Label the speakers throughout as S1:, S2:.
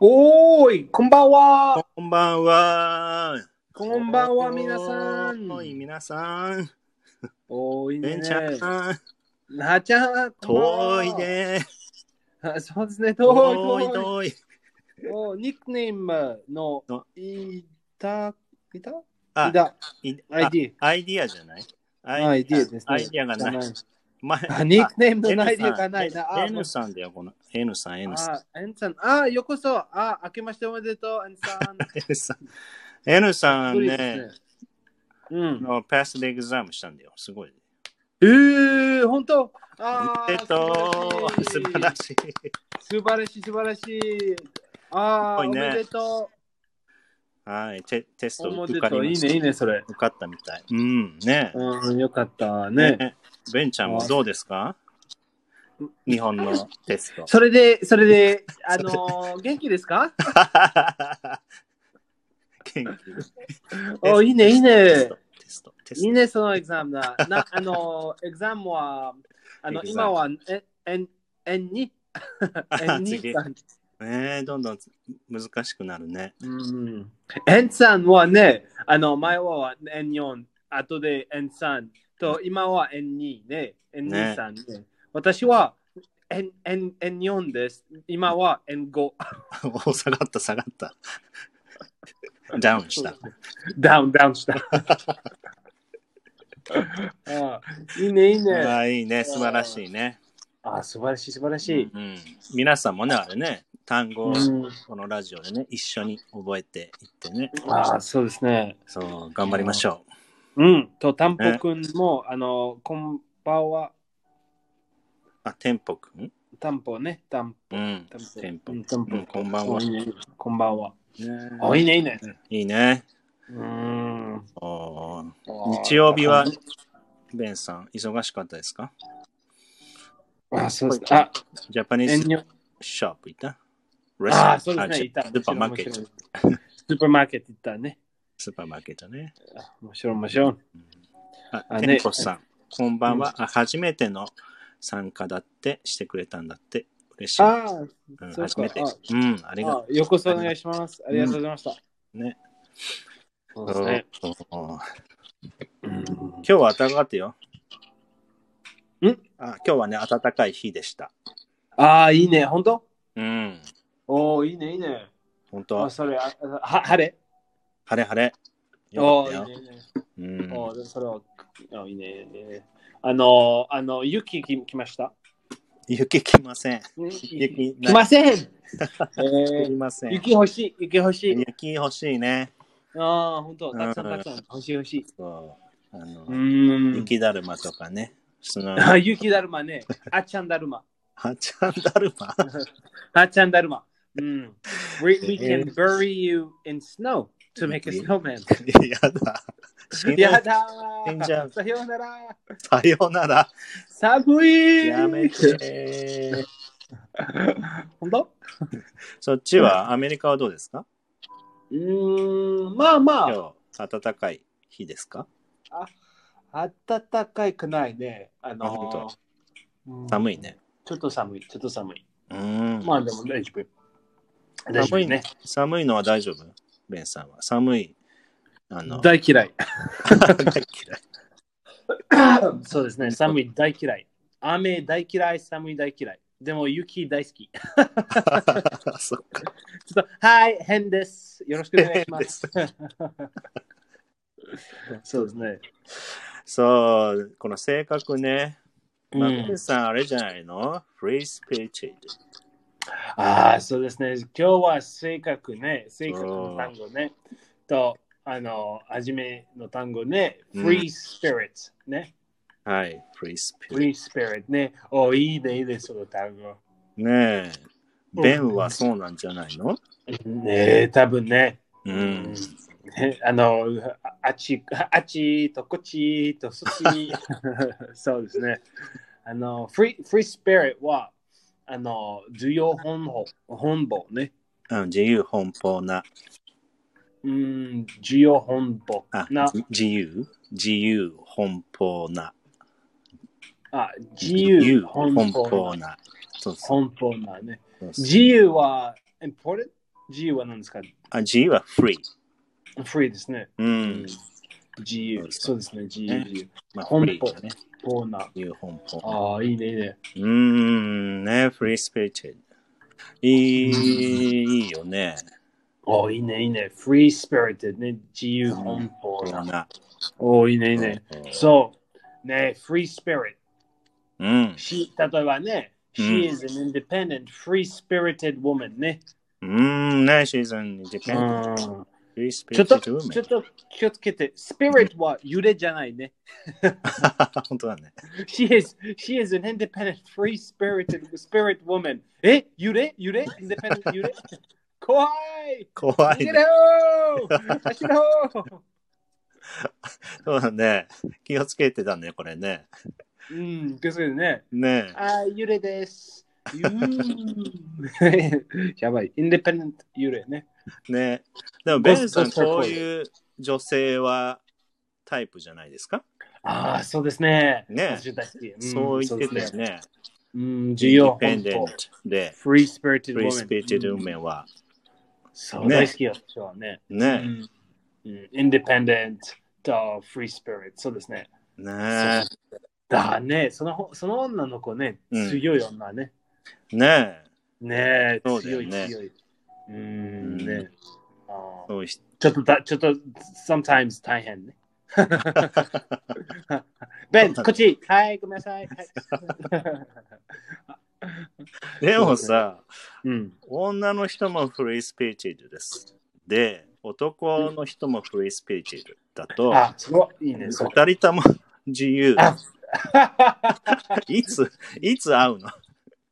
S1: おーい、こんばんは。
S2: こんばんは。
S1: こんばんは、皆さん。
S2: おい、皆さん。
S1: おーい
S2: ベ
S1: ね
S2: ン。ちゃん。
S1: なあちゃん、こんばんは
S2: 遠い。ね。
S1: あそうですね、遠
S2: 遠
S1: い
S2: い
S1: 遠い。
S2: 遠い。
S1: おニックネームの
S2: の
S1: いた、いた
S2: あ
S1: いた、
S2: いあ
S1: ID。
S2: アイディアじゃない
S1: アイディアですね
S2: アイディアがない。前
S1: あニックネームの
S2: あ
S1: アイディアがない
S2: N さ
S1: な。
S2: ん
S1: あ
S2: N さんだよ、この N さん、N さん。
S1: あ、エンさん。あ、ようこそ。あ、明けましておめでとう、エンさん。
S2: N さん N さん
S1: びっくりで
S2: ね、
S1: すね。うん。
S2: のパスでエグザムしたんだよ。すごい。
S1: えー、本当あ
S2: お
S1: ー
S2: めでとう。素
S1: 素晴
S2: 晴ら
S1: らしい
S2: しい。
S1: 素晴らしい、素晴らしい。あー、
S2: すごいね
S1: おめでと
S2: はい、テテス
S1: う。
S2: ト
S1: おめ
S2: 受
S1: で
S2: か
S1: とう。
S2: り
S1: い
S2: ま
S1: い
S2: した。
S1: ね、いいね、それ。
S2: 受かったみたい。うん、ね。
S1: うん、よかったね。
S2: ねベンちゃんはどうですか日本のテスト。
S1: それで、それ で、あのー、元気ですか
S2: 元気
S1: おいいねいいね
S2: テスト、テスト、テス
S1: い
S2: ト。
S1: いね、そのエグザムな。な、あのー、エグザムは、あの、
S2: Exam
S1: 今は、え、えん、えんに。 えんに
S2: 次
S1: さん。
S2: ねえどんどん難しくなるね。
S1: うん。えんさんはね、あの、前はえん4、後でえん3と、今はえん2ね、えん2さんね。私は、えん、えん、えん4です。今はえん5。
S2: お、下がった、下がった。ダウンした。
S1: ダウン、ダウンした。 ああいいね、いいね。
S2: ああいいね、素晴らしいね。
S1: ああ素晴らしい、素晴らし
S2: う
S1: い。
S2: ん、皆さんもね、あれね、単語を
S1: うん
S2: このラジオでね、一緒に覚えていってね。
S1: ああそうですね。
S2: そう、頑張りましょ
S1: うん。と、タンポくんも、あの、こんばんは、
S2: う。あ、テンポくん
S1: タンポね、タンポ。
S2: うん、
S1: タンポ
S2: テンポ
S1: うんタンポ
S2: うんこんばんは
S1: おいいねこんばんは。
S2: ね
S1: あ、いいね、いいね。
S2: いいね。
S1: うん。
S2: おー日曜日は、ベンさん、忙しかったですか
S1: あ、そうですね。あ、
S2: ジャパニ
S1: え
S2: ー
S1: ん
S2: ズ
S1: にょ
S2: ショップ行った
S1: あ、そうです
S2: レストランあ
S1: ね。
S2: じゃ
S1: いた。
S2: スーパーマーケット
S1: 面。白い。スーパーマーケット行ったね。
S2: スーパーマーケットね。
S1: あ面白い、面白い。
S2: あ、
S1: あ
S2: テ
S1: ね
S2: ンポさん、こんばんは。あ、初めての参加だって、してくれたんだって、嬉しい。
S1: ああ、
S2: うん、
S1: そう
S2: 初
S1: か
S2: めて。
S1: あ
S2: うん、ありが
S1: あ
S2: と
S1: ようこそお願いします。あ
S2: り
S1: り
S2: が
S1: がと
S2: とう
S1: うござ
S2: ご
S1: いました。
S2: うね。
S1: そうです
S2: うん
S1: ね。
S2: 今
S1: うん
S2: 日は暖かったよ。
S1: ん
S2: あ今日はね、暖かい日でした。
S1: ああ、いいね、本当
S2: うん、
S1: おお、いいね、いいね。
S2: 本
S1: あ、
S2: 当
S1: それ、あは晴れ。
S2: 晴れ晴れ。よ
S1: お
S2: か
S1: お、
S2: っ
S1: い
S2: た
S1: い
S2: よ。
S1: ね、いいね。
S2: うん、
S1: おお、それは、あいいね、いいね。あの、あの、雪き来ました。
S2: 雪来ません。
S1: 来
S2: 雪
S1: ま せん。え
S2: 来
S1: ー
S2: ません。
S1: 雪欲しい、雪欲しい。
S2: 雪欲しいね。
S1: ああ、本当、たくさん
S2: うん
S1: たくさん、欲しい欲しい。
S2: そうあの
S1: うん。
S2: 雪だるまとかね。砂
S1: あ
S2: の
S1: 雪だるまね。あっちゃんだるま。
S2: あちゃんだるま
S1: あっちゃんだるま。うん。We, we
S2: え
S1: can bury you in snow to make a snowman.
S2: やだ。死ぬ
S1: やだ
S2: 死んじゃう
S1: ーさようなら
S2: さよなら。
S1: 寒い
S2: やめて。
S1: 本当
S2: そっちはアメリカはどうですか
S1: うーん、まあま
S2: 今日、暖かい日ですか
S1: あ、暖かいくないね。あ
S2: あ本
S1: のー、い。
S2: 寒いね。
S1: ちょっと寒い、ちょっと寒い。
S2: うん。
S1: まあでも大丈夫。大丈夫
S2: 寒いね。。寒いのは大丈夫ベンさんは。寒い。あの、
S1: 大嫌い。
S2: 大嫌い。
S1: そうですね、寒い大嫌い。雨大嫌い、寒い大嫌い。でも雪大好き。 ち
S2: そっか。
S1: ょっと、はい、変です。よろしくお願いします。 そうですね。
S2: そう、この性格ね。まあ、
S1: うん
S2: ベンさん、あれじゃないのフリースピリチュ
S1: ああ、そうですね。今日は性格ね、性格の単語ね。と、あの、初めの単語ね、
S2: うん
S1: free spirit ね。
S2: はい、フリースピリ
S1: free spirit ね。お、いいね、いいね、その単語。
S2: ねえ、
S1: うん
S2: ベンはそうなんじゃないの
S1: ねえ、多分ね。
S2: う。。
S1: うんあの、ああっち、あっちとこっちとそっち。 そうですね。あの、free, free spirit は、あの、需要本能、本能ね。
S2: うん、自由奔放な。
S1: うん、需要本能
S2: あ、
S1: な。
S2: じ自由自由奔放な。
S1: あ、自由、
S2: 奔
S1: 奔
S2: 放
S1: 放
S2: な。そうそう
S1: 奔放なね。
S2: そうそう
S1: 自由は important? G は何ですか
S2: あ、G は free。
S1: フリーですね。
S2: うん。
S1: 自
S2: そう
S1: 由。
S2: です
S1: そうですね、自由
S2: ね
S1: 自由。
S2: まあ、
S1: 本
S2: free
S1: 邦
S2: だね。
S1: コーナー。
S2: 日本法。
S1: ああ、いいね、いいね。
S2: うーん、ね、free spirited。いいいいよね。
S1: ああ、いいね、いいね。フリースピリットね、自由奔
S2: コ
S1: 放
S2: ロ
S1: な。
S2: ナ。
S1: おお、いいね、いいね。そう。ね、フリースピリット。
S2: うん。
S1: She- 例えばね、
S2: うん
S1: She is an independent, free-spirited woman ね。
S2: うん、ね、she's an
S1: う
S2: independent,
S1: ん
S2: Ah, free
S1: ちょっと、
S2: spirited
S1: ちょ
S2: woman.
S1: っと気をつけて、Spirit は揺れじゃないね。
S2: 本当だね。
S1: She is, she is an independent, free-spirited spirit woman. え揺れ揺れ ?independent 揺れ怖い
S2: 怖
S1: 逃
S2: い
S1: げ
S2: ね。
S1: ろー走ろう
S2: そうだね。気をつけてたね、これね。
S1: うん、気をつけてね。
S2: ね
S1: あー、揺れです。ゆー やばい、independent 揺れね。
S2: ねでも、ベンさ
S1: ゴ
S2: ん、
S1: スゴス
S2: こういう女性はタイプじゃないですか
S1: ああ、そうですね。
S2: ね
S1: 私たちうん
S2: そう言ってたよ
S1: そうですね
S2: ね。
S1: うん、需要
S2: ペ
S1: 本
S2: ンデントで、
S1: フリースピリティ
S2: free
S1: ドウ
S2: spirited
S1: ォメン。
S2: woman は。
S1: そう、
S2: ね
S1: 大好きよ、私はね。
S2: ね
S1: うん。インディペンデントとフリースピリット。そうですね。
S2: ね
S1: だね、そのその女の子ね、
S2: うん
S1: 強い女ね。
S2: ね
S1: ねえ、
S2: そうだよ
S1: 強い
S2: ね
S1: 強い。う
S2: う
S1: ん、
S2: ん
S1: ね。あー
S2: そうし
S1: ちょっとだ、ちょっと、sometimes 大変ね。ベン、こっち。はい、ごめんなさい。はい
S2: でもさ、
S1: うん。
S2: 女の人もフリースピリチルです。で、男の人もフリースピリチルだと、
S1: あ、すごい。いいね、そう。
S2: 二人とも自由。
S1: あ
S2: いつ、いつ会うの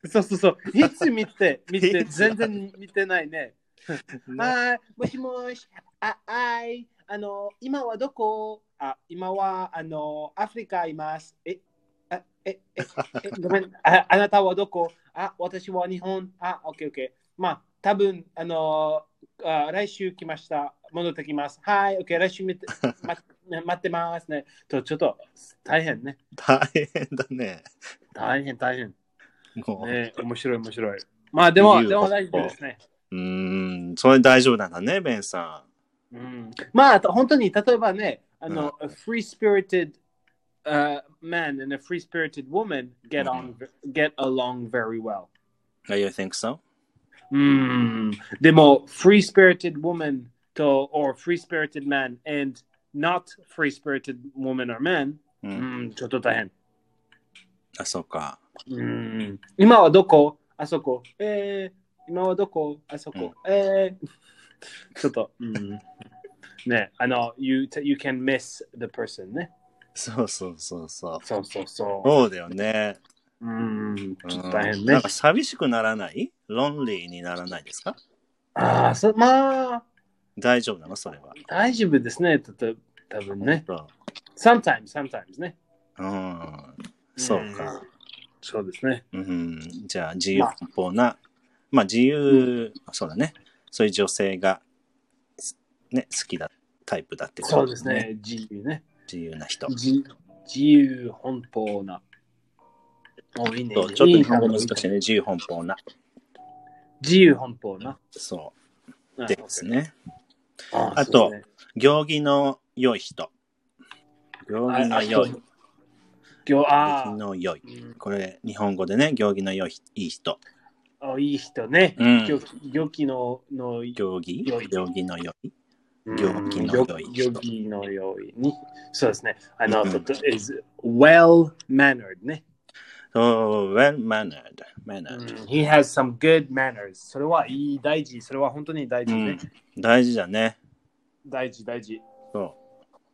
S1: そうそうそう。いつ見て、見て、
S2: いつ
S1: 全然見てないね。
S2: ね
S1: はい、もしもし、あ、あい、あの、今はどこあ、今は、あの、アフリカいます。え、あえ、え、えごめんあ、あなたはどこあ、私は日本。あ、オッケーオッケー。まあ、多分あのあ、来週来ました。戻ってきます。はい、オッケー、来週見て、待っ 待ってますね。と、ちょっと、大変ね。
S2: 大変だね。
S1: 大変、大変。
S2: もう。
S1: ね、面白い、面白い。まあ、でも、
S2: 自由
S1: でも
S2: 奔
S1: 大
S2: 放
S1: 丈夫ですね。
S2: うーん、それ大丈夫なんだね、ベンさ
S1: うんまあ、あと本当に例えばね、あの、a free spirited、uh, man and a free spirited woman get on、get along very well。
S2: ん。You think so?
S1: うん。でも、free spirited woman と、or free spirited man and not free spirited woman or man、う
S2: う。
S1: んん、ちょっと大変。
S2: あ、そうか。
S1: うん。今はどこあそこ。えー、今はどこあそこ。えー、 ちょっと、うん。ね、あの、you, you can miss the person ね。
S2: そうそうそうそう。
S1: そうそうそ
S2: そうだよね。
S1: う。うん、
S2: うん
S1: ちょっと大変
S2: な
S1: ね
S2: んか。寂しくならないロンリーにならないですか
S1: ああ、そまあ、
S2: 大丈夫なのそれは。
S1: 大丈夫ですね。たと多分ね。
S2: そ
S1: sometimes, sometimes ね。
S2: う。うん。そうか。
S1: そうですね。
S2: うん、じゃあ自由奔放な、まあ自由、そうだね、そういう女性が、ね、好きだタイプだってこと
S1: そうです。ね。自由ね。
S2: 自由な人。
S1: 自自由奔放な。おいいね。
S2: そうちょっと日本語
S1: いい
S2: 難
S1: ね
S2: しいね、自由奔放な。
S1: 自由奔放な。
S2: そ
S1: あ
S2: うですね。
S1: あ
S2: あと行儀の良い人。行儀の良い。行
S1: 今日、
S2: 儀
S1: あ
S2: の良い。
S1: ー
S2: これ、日本語でね、行儀の良いいい人。
S1: あ、いい人ね。
S2: うん
S1: よよきの、の、よ
S2: 行儀
S1: 良い
S2: 行儀の良い。
S1: うん
S2: 行儀の良い人
S1: よきの良いに。そうですね。あの、
S2: うん
S1: とと is well mannered ね。
S2: そう、well mannered. mannered.
S1: He has some good manners. それはいい、大事。それは本当に大事ね。
S2: 大事だね。
S1: 大事、大事。
S2: そ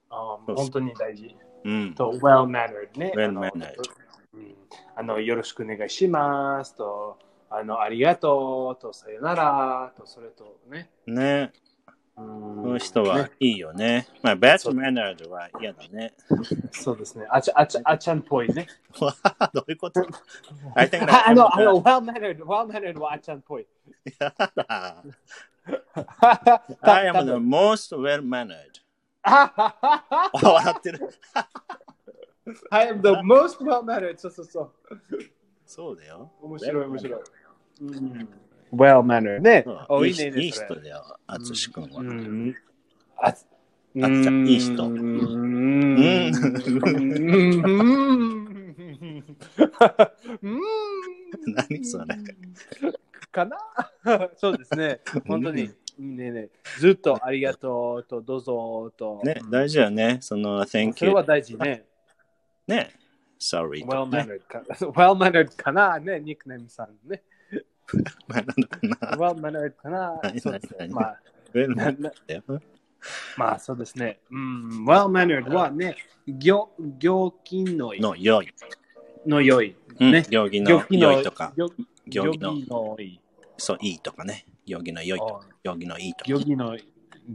S1: あ
S2: そう
S1: 本当に大事。
S2: う。うん。
S1: と、well mannered ね。あ
S2: well
S1: の
S2: mannered
S1: うんあの、よろしくお願いします。と、あの、ありがとう。と、さよなら。と、それとね。
S2: ね。こ
S1: こ
S2: の人
S1: ね、
S2: はいいよね。まあ、バッチマナードは嫌だ ね。
S1: そうですね。あちゃ、あちゃ、あちゃんっぽい ね。
S2: わあどういうこと I think
S1: ああの、あの、well mannered、well mannered はあちゃんっぽい。
S2: 嫌だ。
S1: た
S2: I am
S1: 多
S2: the
S1: 分
S2: most well mannered.
S1: あ
S2: 笑ってる。
S1: I am the most well mannered. そうそうそう。
S2: そうだよ。
S1: 面白い、面白い。うん well manner。ね
S2: うん。
S1: お
S2: いい
S1: いいね。
S2: 人いい
S1: それ
S2: 人だよ、あつしくんは。
S1: う
S2: うん
S1: ん。あつ、
S2: あつちゃんいい人
S1: うーんう
S2: う。
S1: ん。
S2: 何それ。
S1: かな そうですね。本当に。ねえねえずっとありがとうと、どうぞと。
S2: ね、大事だよね。その、
S1: そ
S2: Thank
S1: れ
S2: you
S1: は。大事ね。
S2: ね、Sorry と
S1: well
S2: か ね。
S1: mannered か well mannered かなね、ニックネームさん ね。
S2: まあなんだかな
S1: well mannered かな
S2: 何
S1: そうですね。
S2: 何
S1: まあ、
S2: Well mannered
S1: なな
S2: だよ
S1: まあそうですね。うん、well mannered はね、行行儀のいい
S2: の良い。
S1: の良い。
S2: うん
S1: ね
S2: 行儀
S1: 行
S2: の
S1: 儀の
S2: 良いとか、
S1: 行
S2: 行
S1: 行
S2: 儀の
S1: 儀のいい。
S2: そう、いいとかね。行儀の良いとか、行儀のいいとか。
S1: 行儀の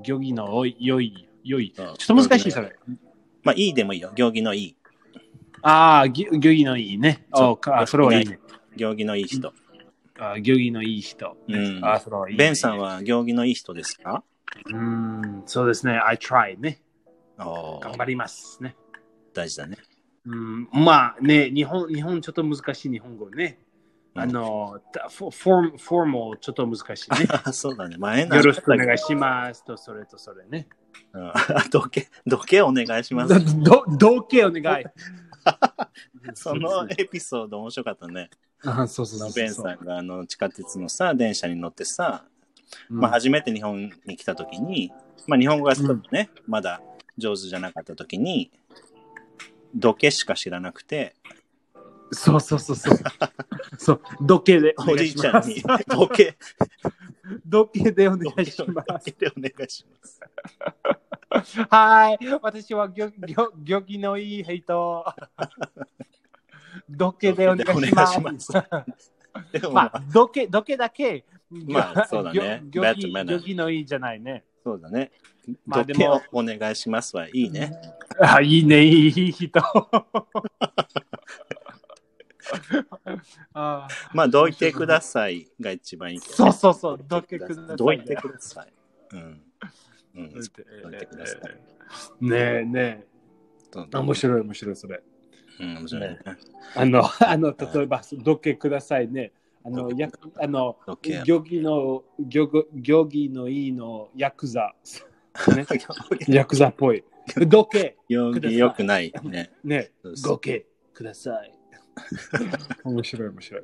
S1: 行儀の良い良い。
S2: ちょっ
S1: ちょっと難しいそれ。
S2: まあ、いいでもいいよ。行儀のいい。
S1: ああ、ぎ行儀のいいね。
S2: そう
S1: おかあそれはいいね。
S2: 行儀のいい人。
S1: あ行儀のいい人。
S2: うん
S1: あそれはいいね。
S2: ベンさんは行儀のいい人ですか
S1: うん、そうですね。I try ね。
S2: お
S1: 頑
S2: ー
S1: 張りますね。
S2: 大事だね。
S1: うん、まあね、日本、日本ちょっと難しい日本語ね。
S2: うん
S1: あの、たフォフォーム、フォーもちょっと難しいね。
S2: あそうだね。 前な
S1: よろしくお願いしますと、それとそれね。
S2: うん どけ、どけお願いしま す。
S1: ど、同型お願い。
S2: そのエピソード面白かったね。
S1: あ、そうそう
S2: あ
S1: そ
S2: の
S1: う。
S2: ベンさんがあの地下鉄のさ、電車に乗ってさ、
S1: うん、
S2: まあ、初めて日本に来た時に、まあ、日本語がちょっとね、まだ上手じゃなかった時に、どけしか知らなくて、
S1: そうそうそう そう。そう、同型でお
S2: お
S1: 願
S2: じ
S1: い
S2: い
S1: し
S2: ちゃ
S1: ま
S2: ん
S1: す。
S2: に、 どけ、
S1: 同型でお
S2: ど
S1: 願
S2: け
S1: いしま
S2: どけでお願いします。
S1: す。はーい、私はぎょぎょ漁気のいい人。同型でお願いし
S2: 同型でお願
S1: ま
S2: いし
S1: す。
S2: でも、
S1: まあ、どけ、どけだけ。
S2: まあそうだね
S1: ぎょ
S2: バッ
S1: ぎ
S2: ドマナー
S1: ょぎのいいじゃないね。
S2: そうだね。
S1: まあで
S2: どけを
S1: も
S2: お願いしますはいいね。
S1: あ、いいね、いい人。 あ
S2: まあ、どいてくださいが一番いいけど
S1: そ
S2: ね、
S1: うそうそう、どけください。
S2: どいてください。うん。うん。どいてください。
S1: ねえね
S2: そう
S1: え。面白い、面白い、それ。
S2: うん、面白いね。
S1: あの、 あの、例えば、どけくださいね。あの、やあの、
S2: どけ。
S1: 行儀の、行儀行儀のいいの、ヤクザ。 ね、 ヤクザっぽい。どけ。
S2: 行儀良くないね。
S1: ね
S2: そう、そう
S1: ごけください。 面白い面白い。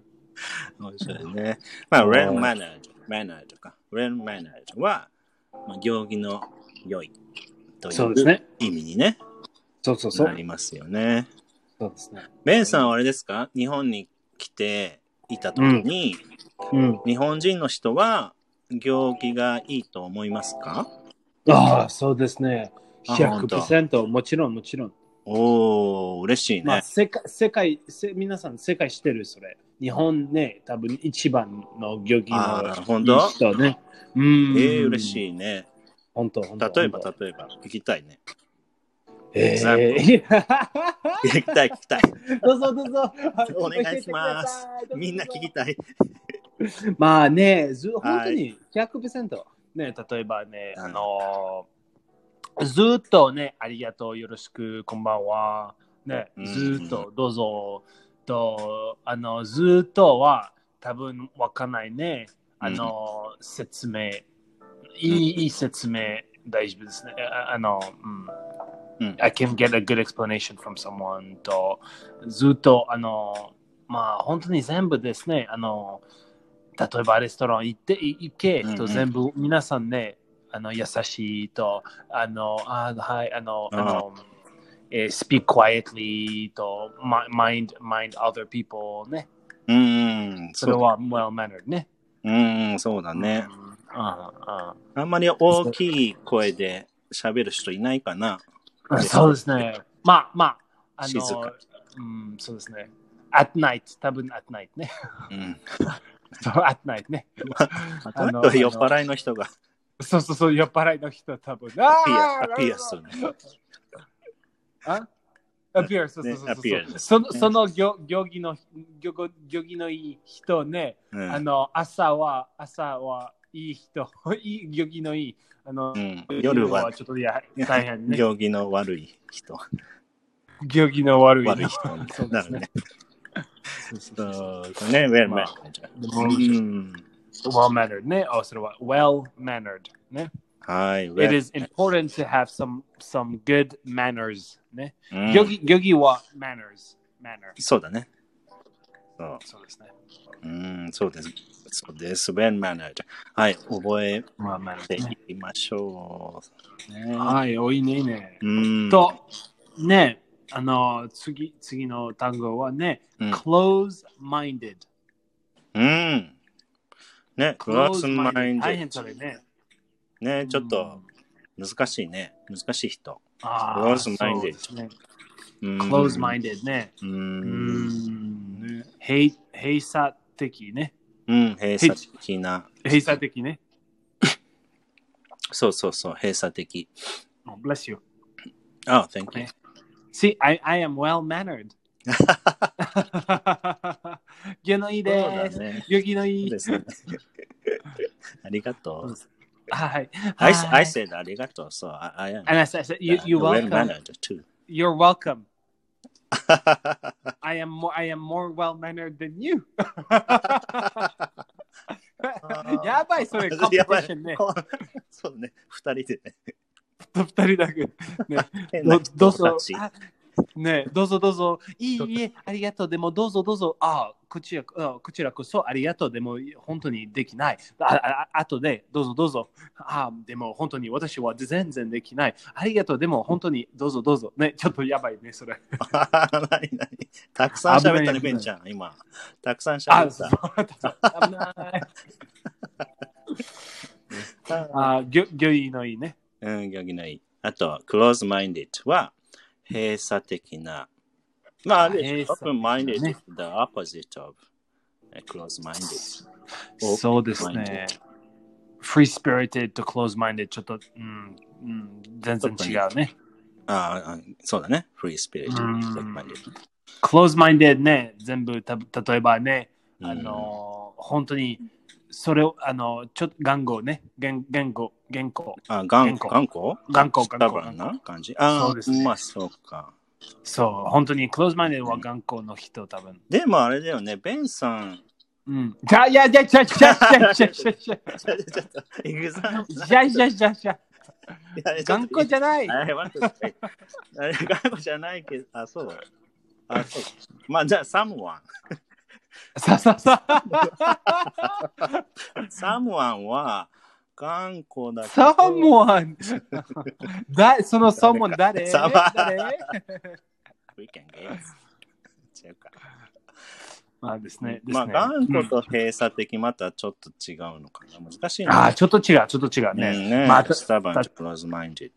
S2: 面白いね。まあ、レンマナー、マナーとか、レンマナーは、まあ、行儀の良いと
S1: そうです
S2: いう
S1: ね。
S2: 意味にね、
S1: そうそうそ
S2: な
S1: う。
S2: りますよね。
S1: そうですね。
S2: ベンさんはあれですか日本に来ていた時に、
S1: うん。
S2: 日本人の人は行儀がいいと思いますか
S1: ああ、そうですね。
S2: あ本当
S1: 100%もちろんもちろん。
S2: おー、嬉しい
S1: まあ、
S2: ね。
S1: 世界、世界、せ皆さん世界してるそれ。日本ね、多分一番の行儀
S2: あ
S1: の
S2: ー、本当
S1: いい人ね。うん。
S2: えー、嬉
S1: い。
S2: しいね。
S1: 本当本当
S2: 例えば、
S1: 本
S2: 例えば、聞きたいね。
S1: 当えー、
S2: 聞きたい、聞きたい。
S1: どうぞどうぞ。
S2: お願いします
S1: 教えてください
S2: みんな聞きたい。
S1: まあね、ず本
S2: は
S1: 当
S2: い
S1: に100%、ね、例えばね、
S2: うん
S1: あのーずっとね、ありがとう、よろしく、こんばんは、ね
S2: うん、
S1: ずっと、どうぞ、と、あの、ずっとは、多分わかんないね、あのー説明、いいいい説明、大丈夫ですね、ああの、うん。
S2: うん。
S1: I can get a good explanation from someone とずっとあのまあ本当に全部ですねあの例えばレストラン行ってい行け
S2: うんう
S1: と
S2: ん
S1: 全部皆さんねあの優しいとあのあはいあのあのえー speak quietly と mi- mind mind other people ね
S2: うーん、
S1: そ
S2: そ
S1: れ
S2: う
S1: は well mannered ね
S2: うーん、そうだね。
S1: うんああ
S2: あんまり大きい声で喋る人いないかな。
S1: あそうですねまあまああ
S2: 静
S1: の
S2: か
S1: うんそうですね at night 多分 at night ね
S2: うん。
S1: そう、あっないね。
S2: あ
S1: あの
S2: とは酔っ払いの人が
S1: そうそうそう、酔っ払いの人多分。
S2: ピ
S1: あ
S2: ア、アピアする。
S1: あアピア、そうそうそう
S2: ねアピア
S1: そう。その、その行行儀の、行行儀のいい人ね、
S2: う
S1: あ
S2: ん。
S1: の、朝は、朝はいい人、 いい行儀のいい、あの
S2: う、ん、夜は
S1: ちょっとや大変ね。
S2: 行儀の悪い人。
S1: 行儀の悪い
S2: 悪い
S1: 人。
S2: 人に
S1: そう
S2: な
S1: で
S2: る
S1: すね
S2: ね。
S1: そうそうそう
S2: そうね、ウェルメ
S1: まあ
S2: ン。
S1: でも
S2: うん。
S1: well mannered ね。あ、それは well mannered ね。
S2: はい。
S1: It is important to have some some good manners ね。
S2: うん
S1: ヨギヨギは manners manner
S2: そうだね。そう。
S1: そうですね。
S2: うん、そうです。そうです。well mannered。はい。覚え
S1: まあ manner
S2: て
S1: ね。
S2: いきましょう。ね、
S1: はい、おいいねいいね。
S2: うん。
S1: と、ね、あの、次、次の単語はね、
S2: うん
S1: close-minded。
S2: うん。ね、クラスマインド。
S1: 大変それね。
S2: ね、ちょっと難しいね。難しい人。
S1: ああ、
S2: Close-minded
S1: そうですね。
S2: うん。
S1: close-minded ね。
S2: う。
S1: うんん。
S2: ね
S1: 閉閉鎖的ね。
S2: うん、閉鎖的な。
S1: 閉鎖的ね。
S2: そうそうそう、閉鎖的。
S1: Oh, bless you.
S2: あ、thank you.
S1: See, I, I am well-mannered. ユのいい
S2: そうだ
S1: です。
S2: ね。
S1: ユキの
S2: そ
S1: いうい
S2: で。すねありがとう。
S1: はい。
S2: I,
S1: はい
S2: I said ありがとう。そう、I, I am.
S1: And I said, I said, you, you
S2: well
S1: welcome.
S2: mannered too.
S1: You're welcome. I am more, I am more well mannered than you. やばいそれ、コンペティションね。
S2: そうだね、二人でね。
S1: 二人だけ。
S2: 変な
S1: ど
S2: 人
S1: どうぞ
S2: たち。
S1: あねどうぞどうぞ。いいえ、ありがとう。でもどうぞどうぞ。あこちらあこちらこそありがとう。でも本当にできない。あああとでどうぞどうぞ。あでも本当に私は全然できない。ありがとう。でも本当にどうぞどうぞ。ね、ちょっとやばいね、それ。
S2: 何何たくさん喋った
S1: 危な
S2: ね、
S1: い危ない
S2: ベンちゃん、今。たくさん
S1: あ
S2: 喋っ
S1: そう
S2: た。
S1: 危ない。あぎょぎょいのいいね。
S2: うん、逆にない。あと、close minded は閉鎖的な。まあ、あれでしょ、
S1: 閉
S2: open
S1: 鎖的
S2: minded
S1: なね
S2: is the opposite of close minded。
S1: そうですね。free spirited と close minded ちょっと、うんうん、全然違うね。
S2: ああ、そうだね。free spirit。
S1: うん
S2: close minded。
S1: close minded ね、全部た例えばね、あ
S2: うん、
S1: の、本当にそれを、あの、ちょっと言語ね、言言語、言語、
S2: あ、頑
S1: 頑固
S2: 固頑固
S1: 頑固
S2: ス
S1: 頑
S2: タ
S1: 固
S2: バンな感じ。あ
S1: そうですね
S2: まあ、そうか。
S1: そう、本当に close minded は頑固の人、多分。
S2: でもあれだよね、ベンさ ん。
S1: うん。じゃいやじゃじゃじゃじゃじゃじゃじゃ
S2: ちょっ と、エグザン
S1: じゃじゃじゃじゃ頑固じゃない
S2: あれ、ワンコじゃない。あれ、頑固じゃないけど、あ、そう。あ、そう。まあ、じゃあ、サムワ
S1: さささ
S2: ン。サムワンは、頑固だけど。
S1: someone だその someone 誰
S2: 誰
S1: 誰
S2: We can guess. 違うか。
S1: まあですね。
S2: まあ、
S1: ですね
S2: 頑固
S1: うん
S2: と閉鎖的、またちょっと違うのかな。難しい
S1: あ
S2: な。
S1: あ、ちょっと違う、ちょっと違う
S2: ね
S1: ね。
S2: え、ね
S1: まあた
S2: スタバン、クローズマインデッ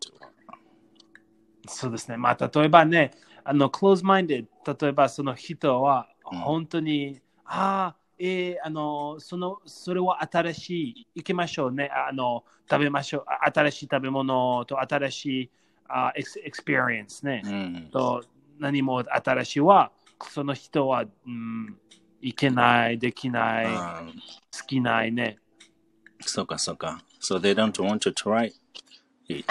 S1: そうですね。まあ、例えばね、あの、close minded、例えばその人は、
S2: うん
S1: 本当に、ああ、えー、あの、その、それは新しい、行きましょうね。ああの、食べましょう。あ新しい食べ物と新しい、あ、エクスエクスペリエンスね。
S2: うん。
S1: と何も新しいはその人は、うん、いけないできな
S2: あー
S1: い好きないね、
S2: そうか、そうか。So they don't want to try it.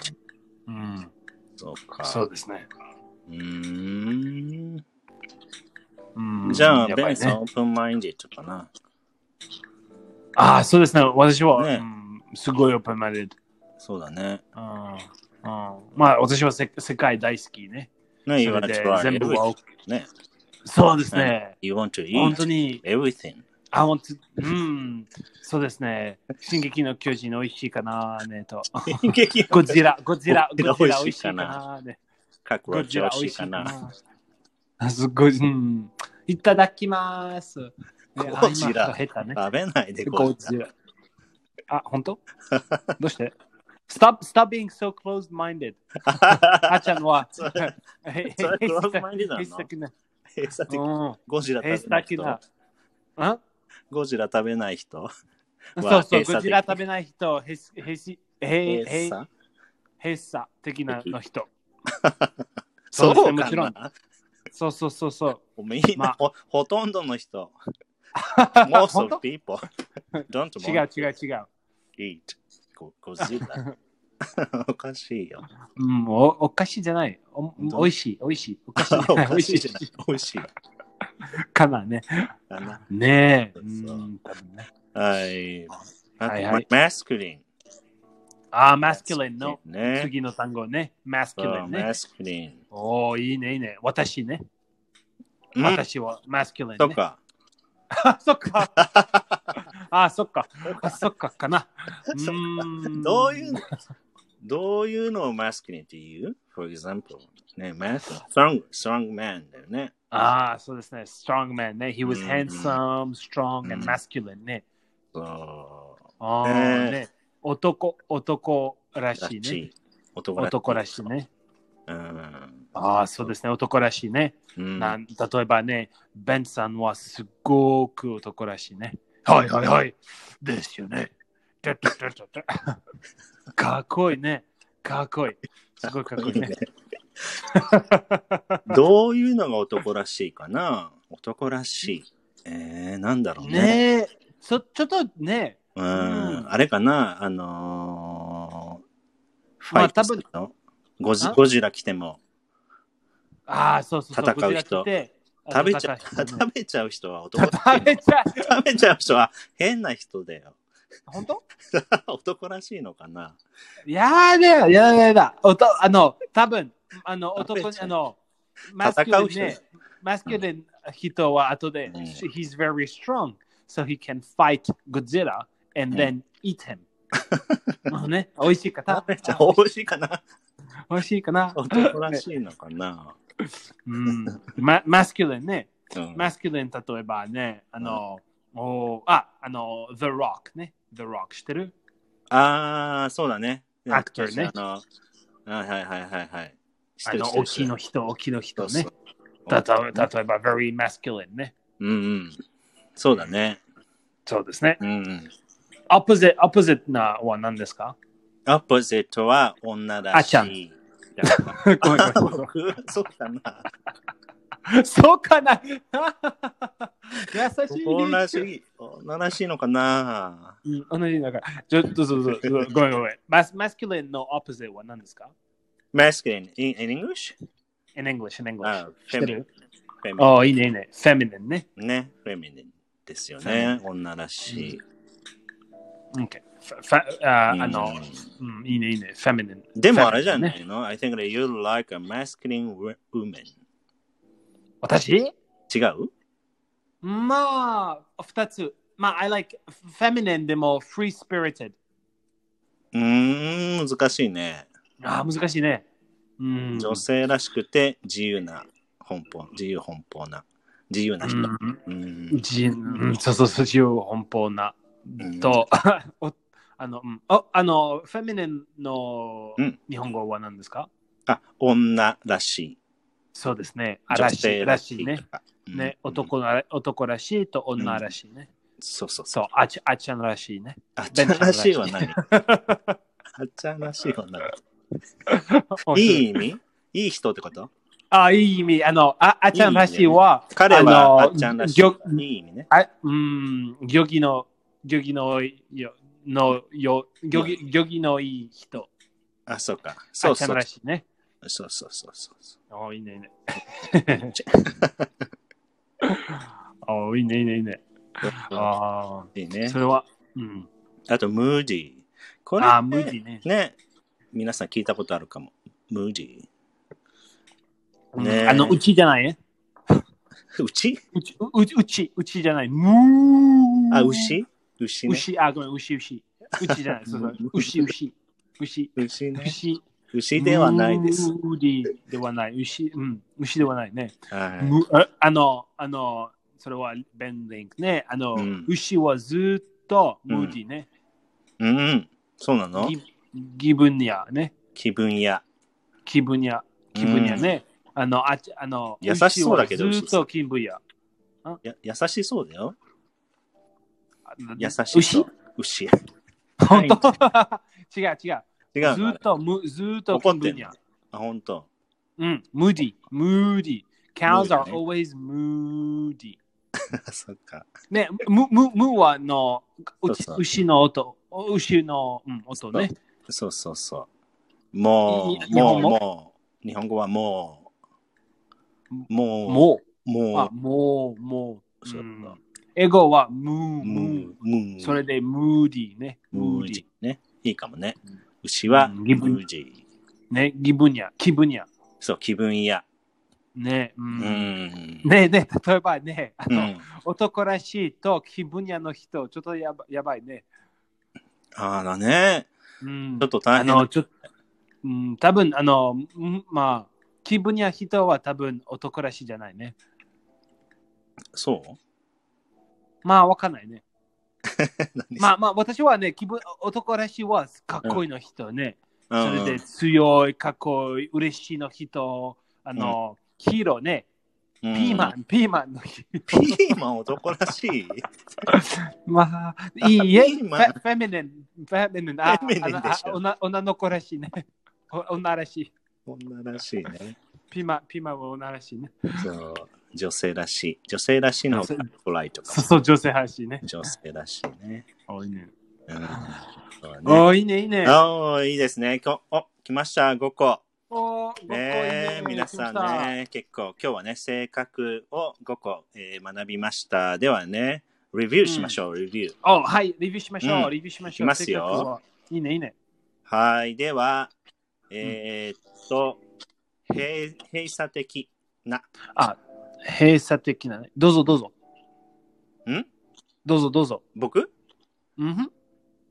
S1: うん、
S2: そうか。
S1: そうですね、
S2: うーん。
S1: うん、
S2: じゃ
S1: や
S2: あ、
S1: っぱ
S2: ベ
S1: り
S2: ンさん、
S1: ね
S2: オープンマインディットかな。
S1: ああそうですね私は、
S2: ね
S1: うん、すごいオープンマイルド、
S2: そうだね。
S1: うんうん、まあ私はせ世界大好きね
S2: ね、
S1: そ
S2: you
S1: れ
S2: wanna
S1: で
S2: try
S1: 全部は
S2: everything. ね。
S1: そうですね
S2: You want to
S1: 本当
S2: eat
S1: に
S2: everything.
S1: I want to うんそうですね進撃の巨人美味しいかなねと ゴジラゴジラゴジラ美味しいかなね
S2: かく
S1: ゴ
S2: ろ
S1: ジ
S2: ち
S1: ラ
S2: お
S1: 美味
S2: しい
S1: しいか
S2: かな。
S1: な。あすごい、うん。いただきます。ね
S2: ゴジラ
S1: あ今下手ね。
S2: 食べないで
S1: ゴジラ。あ、本当どうして ?Stop, stop being so closed-minded. あ
S2: ラ。
S1: っちゃんは。
S2: それそれクローズマインディなの
S1: 閉鎖的な。
S2: 閉鎖的
S1: うん
S2: ゴジラ
S1: 閉
S2: 食べない
S1: 鎖的な
S2: 人。。
S1: あ
S2: ゴジラ食べない
S1: そ
S2: 人。
S1: うそう、
S2: 閉鎖的
S1: ゴジラ食べない人、閉鎖閉鎖閉
S2: 閉
S1: 閉
S2: 鎖
S1: 閉鎖的なの 人。
S2: そ
S1: そうう
S2: か
S1: ですね
S2: な
S1: もちろんそうそうそうそう。
S2: みん
S1: ま
S2: な
S1: あ
S2: ほほとんど の人。Most
S1: 本
S2: of
S1: 当
S2: people don't
S1: 違う
S2: want
S1: 違う違う。
S2: to eat ゴゴ ジラ。おかしいよ。
S1: うん、おおかしいじゃない。お
S2: 当。
S1: おいしい、おいしい。おかしい
S2: おかしいじゃない。美味しい。
S1: かなね。
S2: かな。
S1: ねえ。
S2: そうそう
S1: うん多分ね
S2: はい。あ
S1: はい
S2: と、
S1: はい
S2: まマスクリン。
S1: ああ、マスキュリンの
S2: ね。
S1: 次の単語ね。マスキュリン
S2: そう
S1: ね
S2: マ。スクリン。
S1: おお、いいね、いいね。私ね。
S2: うん、
S1: 私はマスキュリン
S2: と
S1: ね。
S2: か。
S1: あ、 そっか。あ、そっか。あ、そっかか な。うーん
S2: どういう、どういうのをマスクリンって言う ?For example, ね、マスク、strong, strong man だよね。
S1: ああ、そうですね。strong man ね。He was
S2: うん
S1: handsome, strong
S2: う
S1: and
S2: ん
S1: masculine ね。
S2: そ
S1: ああ、
S2: ねえ
S1: ね。男、男ら
S2: う、ら
S1: しい
S2: し
S1: ね。
S2: い。男らしい。
S1: 男らしいね。
S2: うん。
S1: ああ、そうですね。男らしいね。
S2: うん
S1: なん例えばね、ベンさんはすごく男らしいね。はいはいはい。ですよ ね。てってってってってかっこいいね。かっこいい。すごいかっこいいね。
S2: どういうのが男らしいかな男らしい。えー、なんだろうね。
S1: ねえ。ちょちょっとね、
S2: うんん。あれかなあのー、フ
S1: ま
S2: ァ
S1: あ
S2: イトするの、ゴジ
S1: あ
S2: ゴジラ来ても
S1: ああ、そうそうそう。
S2: 戦
S1: ゴジ
S2: う人
S1: ラ来て
S2: 食べちゃ
S1: 戦
S2: う、
S1: う人ね
S2: 食べちゃう人は男らしいの
S1: 食べちゃう。
S2: 食べちゃう人は変な人だよ。
S1: 本当
S2: 男らしいのかな
S1: やだよ、やだやだ。おとあの、多分あの、
S2: 食べちゃう
S1: 男に、あの、マスキ
S2: 戦
S1: ュ
S2: う
S1: リン
S2: 人だ
S1: ね
S2: よ。。
S1: マスキュリン人は後で、
S2: うん
S1: he's very strong, so he can fight Godzilla and then eat him. もうね、美味しいかな
S2: 食べちゃう。美味しいかな
S1: 美味しいかな、
S2: 男らしいのかな
S1: うん、ママスキュリンね。
S2: うん
S1: マスキュリン例えばね、あの、おあ、あの、The Rock ね。The Rock してる
S2: ああ、そうだね。
S1: Actor ね
S2: あの、はいはいはいはいはい。
S1: あの、
S2: 知ってる
S1: 沖の人、沖の人。
S2: 知っ
S1: ね
S2: てる。
S1: た
S2: そ
S1: と
S2: うそう
S1: 例えば、very masculine ね。
S2: うんうん。そうだね。
S1: そうですね。
S2: うんうん。
S1: opposite、opposite なは何ですか
S2: アポゼットは女らしい。
S1: あちゃんごめんごめんごめん
S2: 僕、 そうだな。
S1: そうかな優しい。
S2: 女らしい。女らしいのかな
S1: うん、同じだから。ちょっと、そうそうそう。ごめんごめん。マスマスキュリンの opposite は何ですか
S2: masculine in, in English?
S1: ?in English, in English.
S2: あ、
S1: 知ってる
S2: feminine
S1: ああ、いいね、いいね。feminine ね。
S2: ね、フェミニンですよね。女らしい。
S1: OK。ファファあ
S2: うん
S1: ーあの、うん、いいね、いいね。feminine。
S2: でもあれじゃ
S1: feminine
S2: な
S1: ね。
S2: いの ?I think that you like a masculine wo- woman.
S1: 私
S2: 違う
S1: まあ、二つ。まあ、I like feminine でも free spirited。
S2: うーん、難しいね。
S1: ああ、難しいね。うん。
S2: 女性らしくて自由な奔放、自由奔放な、自由な人。
S1: うん
S2: うん
S1: じうん、そうそうそう、自由奔放な。
S2: ん
S1: と、 おあの、うんおあの、フェミニンの
S2: うん
S1: 日本語は何ですか、
S2: あ、女らしい。
S1: そうですね。あら
S2: 女
S1: しい、
S2: 性
S1: ら
S2: ら
S1: し
S2: し
S1: い
S2: い
S1: ね
S2: と。か。うん
S1: ね、。男ら男らしいと女らしいね。
S2: そうそうそ
S1: そ
S2: う。
S1: う、あちあちゃんらしいね。
S2: あっちゃんらしいは何あっちゃんらしいは何い
S1: い
S2: い意味いい人ってこと
S1: あ、いい意味。あの、ああちゃんらしいは、
S2: 彼はあ
S1: の
S2: っちゃんらしい。
S1: ぎょ
S2: いい意味ね。
S1: あうん、漁業の、漁業の、よのよ漁業漁業のいい人。
S2: あ、そうか。そ
S1: あ
S2: う
S1: ちゃ
S2: そ
S1: ん
S2: う
S1: ら。しいね。
S2: そうそうそうそうそ
S1: おいいねいいね。おいいねいいねいいね。
S2: う。
S1: あ
S2: いい
S1: あ、
S2: ね
S1: そ。れは、うん。
S2: あと、ムーディー。これ、
S1: ああ、無理ね。
S2: ね。皆さん聞いたことあるかも。ムーディ
S1: う
S2: ー。
S1: ん
S2: ね
S1: あの、うちじゃないね。
S2: うち
S1: うち、ううち、うち、うちじゃない。むー。
S2: あ、牛牛ね。
S1: 牛、あ、ごめん、牛、牛。うちじゃない。そうそう
S2: うん
S1: 牛、牛。牛、
S2: 牛ね。
S1: 牛。
S2: 牛ではないです。
S1: 無理ではない。牛、うん。牛ではないね。
S2: は
S1: むああの、あの、それはベンリンクね。あの、
S2: うん
S1: 牛はずっとムーディね。
S2: い。うんうん。そうなの
S1: ギギブニアね。
S2: 気分屋。
S1: 気分や、気分やね。あの、あちあの、
S2: 優しそうだけど
S1: 牛はずっと気分や。
S2: や優しそうだよ。優し
S1: 牛
S2: そう。牛。違
S1: 本当 違う違う。
S2: う
S1: ず
S2: の
S1: っと、むずっと
S2: 怒
S1: 気
S2: ってんの
S1: 分や。
S2: あ、本当。
S1: うん、ムーディ、ムーディ。Cows are
S2: ム
S1: always moody.
S2: そっか。
S1: ね、む、む、むはの、うち
S2: そうそう
S1: 牛の音、牛の、うん、音ね。
S2: そうそうそう。も、
S1: いう日
S2: も
S1: 本
S2: う、
S1: 語
S2: もう。日本語はもう、もう、
S1: もう、
S2: も
S1: あ、もう、もう。
S2: そううん
S1: 英語はムー、ムー
S2: ム。ー、ムー。
S1: それでムーディーね。
S2: ム
S1: ム
S2: ー
S1: ーデ
S2: ジ
S1: ィー
S2: ー。ね。いいかもね。牛は
S1: うん
S2: ムージー。
S1: ね、ギブニャ、気分や。
S2: そう、気分屋。
S1: ね、う。
S2: うんん。
S1: ねえねえ、例えばね、あ
S2: う
S1: の、
S2: ん。
S1: 男らしいと気分屋の人、ちょっとやばやばいね。
S2: あらね。
S1: うん
S2: ちょっと大
S1: あ
S2: 変
S1: の、
S2: な。
S1: ちょっと、うん、多分あの、うんまあ、気分や人は多分男らしいじゃないね。
S2: そう
S1: まあ、わかんないね。ま
S2: あ、
S1: あまあ、私はね、気分男らしいはかっこいいの人ね。それ
S2: う
S1: で
S2: ん
S1: 強い、かっこいい、嬉しいの人、あの、ヒーローね、
S2: うん
S1: ピーマン、ピーマンの 人。
S2: ピーマン男らしい。
S1: まあ、いいえ、
S2: ピ
S1: フ
S2: ーマン
S1: ェフェミニン、フェミニン、あ
S2: フェミニンでしょ
S1: あのあ女女の子らしいね。 お女らしい。
S2: 女らしいね。
S1: ピーマン、ピーマンは女らしいね。
S2: そう。女性らしい。女性らしいの方がポライと
S1: そう
S2: か。
S1: そう、女性らしいね。
S2: 女性らしいね。
S1: おいいね。
S2: うん。そうね
S1: おいいね、いいね。
S2: ああ、いいですね。きょお、来ました、5個。
S1: おー
S2: ねえ、皆さん。
S1: ごっこいい
S2: ね、結構、今日はね、性格を5個、えー学びました。ではね、レビューしましょう、レビュー。
S1: お、はい、レビューしましょ
S2: う
S1: う、
S2: ん
S1: レビューしましょ。
S2: いうますよ
S1: せっかくは。いいね、いいね。
S2: はい、では、えーっと、閉閉鎖的な、
S1: あ、閉鎖的なね。どうぞどうぞ。
S2: ん
S1: どうぞどうぞ。
S2: 僕
S1: うんふん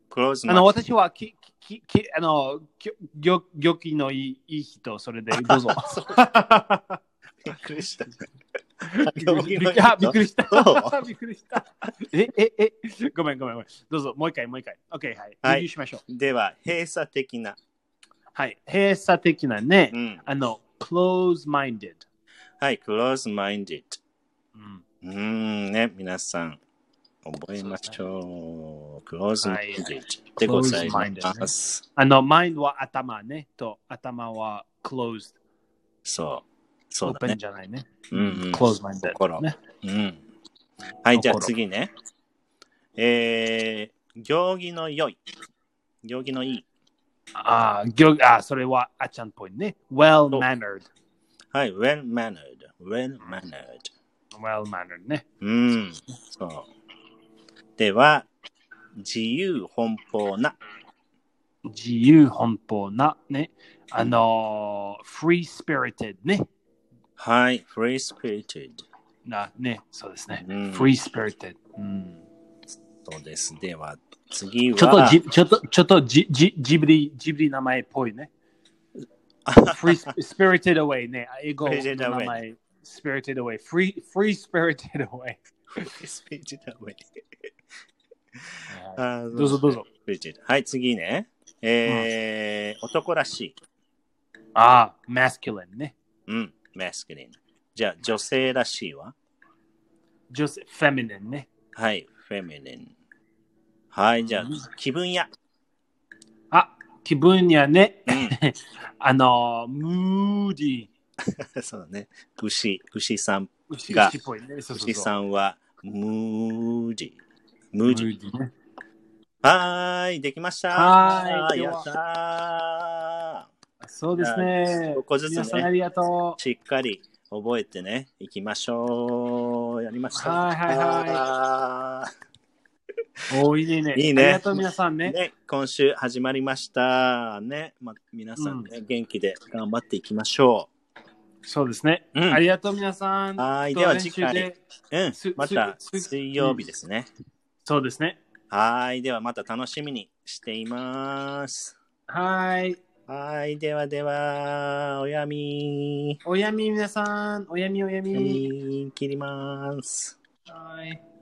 S2: クローズ
S1: あ
S2: マ
S1: の、
S2: ン。
S1: 私はき、き、き、あの、ぎょぎょ、ぎょきのいいいい人、それで、どう ぞ。
S2: びっくりした。
S1: びっく り したあびっくりした
S2: そ。
S1: びっくりした。え、え、え、ごめんごめんごめん。どうぞ、もう一回、もう一回。OK、はい。
S2: は
S1: レ
S2: い
S1: ビューしましょう。
S2: では、閉鎖的な。
S1: はい。閉鎖的なね
S2: う、ん。
S1: あの、close-minded。
S2: はい、クローズマインディッド。
S1: うん
S2: うーんね、皆さん、覚えましょう。クローズマインディッドでございます。
S1: あの、mind は頭ね、と頭は closed、
S2: そう。そうだ
S1: open
S2: ね。
S1: じゃないね。
S2: うんうん。
S1: close-minded
S2: 心。
S1: ね。
S2: うん。はい、じゃあ
S1: 心
S2: 次ね。えー、行儀の良い。行儀のいい。
S1: あーぎょあー、それはあちゃんっぽいね。well mannered。
S2: はい、well mannered。well mannered。
S1: well mannered ね。
S2: うん。そう。では、自由奔放な。
S1: 自由奔放なね。あのー、free spirited ね。
S2: はい、free spirited。
S1: な、ね、そうですね。
S2: うん
S1: free spirited。うん
S2: そうです。では、次は。
S1: ちょっとジ、ちょっと、ちょっとジジジブリ、ジブリ名前っぽい ね。free spirited away ね。英語の
S2: Spirited
S1: 名
S2: Away
S1: 前。spirited away。free, free spirited away。
S2: スピーチだめ。あー
S1: どうぞどう。ぞ。
S2: スピーチはい、次ね。えー男らしい。
S1: ああ、マスキュリンね。
S2: うん、マスキリン。じゃあ、女性らしいは
S1: just feminine ね。
S2: はい、フェミニン。はい、じゃあ、気分屋。
S1: あ、気分やね。
S2: うん
S1: あの、ムーディー。
S2: そうだね。牛、牛さん。
S1: 牛
S2: が
S1: 牛っぽいね。そうそう
S2: 牛
S1: そう。
S2: さんは、ムージー。ムー
S1: ム
S2: ジー。
S1: ーディーね。
S2: はーい、できました。
S1: はーい
S2: やった
S1: そうですね。
S2: 一個ずつね
S1: 皆さんありがと
S2: ー。しっかり覚えてね、いきましょう。やりました。
S1: はいはいはい
S2: はーい。
S1: う。おーいいねいいね。
S2: いいね
S1: ありがとう皆さんね。
S2: ね、今週始まりました。ね、ま、皆さんね、元気で頑張っていきましょ
S1: そうですね。
S2: う。う
S1: あ
S2: ん、
S1: りがとう皆さん。
S2: はい
S1: と
S2: では
S1: 練習
S2: 次回
S1: で
S2: うん
S1: す、
S2: また
S1: す
S2: 水曜日ですね。
S1: そうですね。
S2: はい、ではまた楽しみにしています。
S1: はい。
S2: はい、ではでは、おやみ、
S1: おやみ皆さん。おやみおや
S2: おや
S1: み。
S2: み切ります。
S1: はい。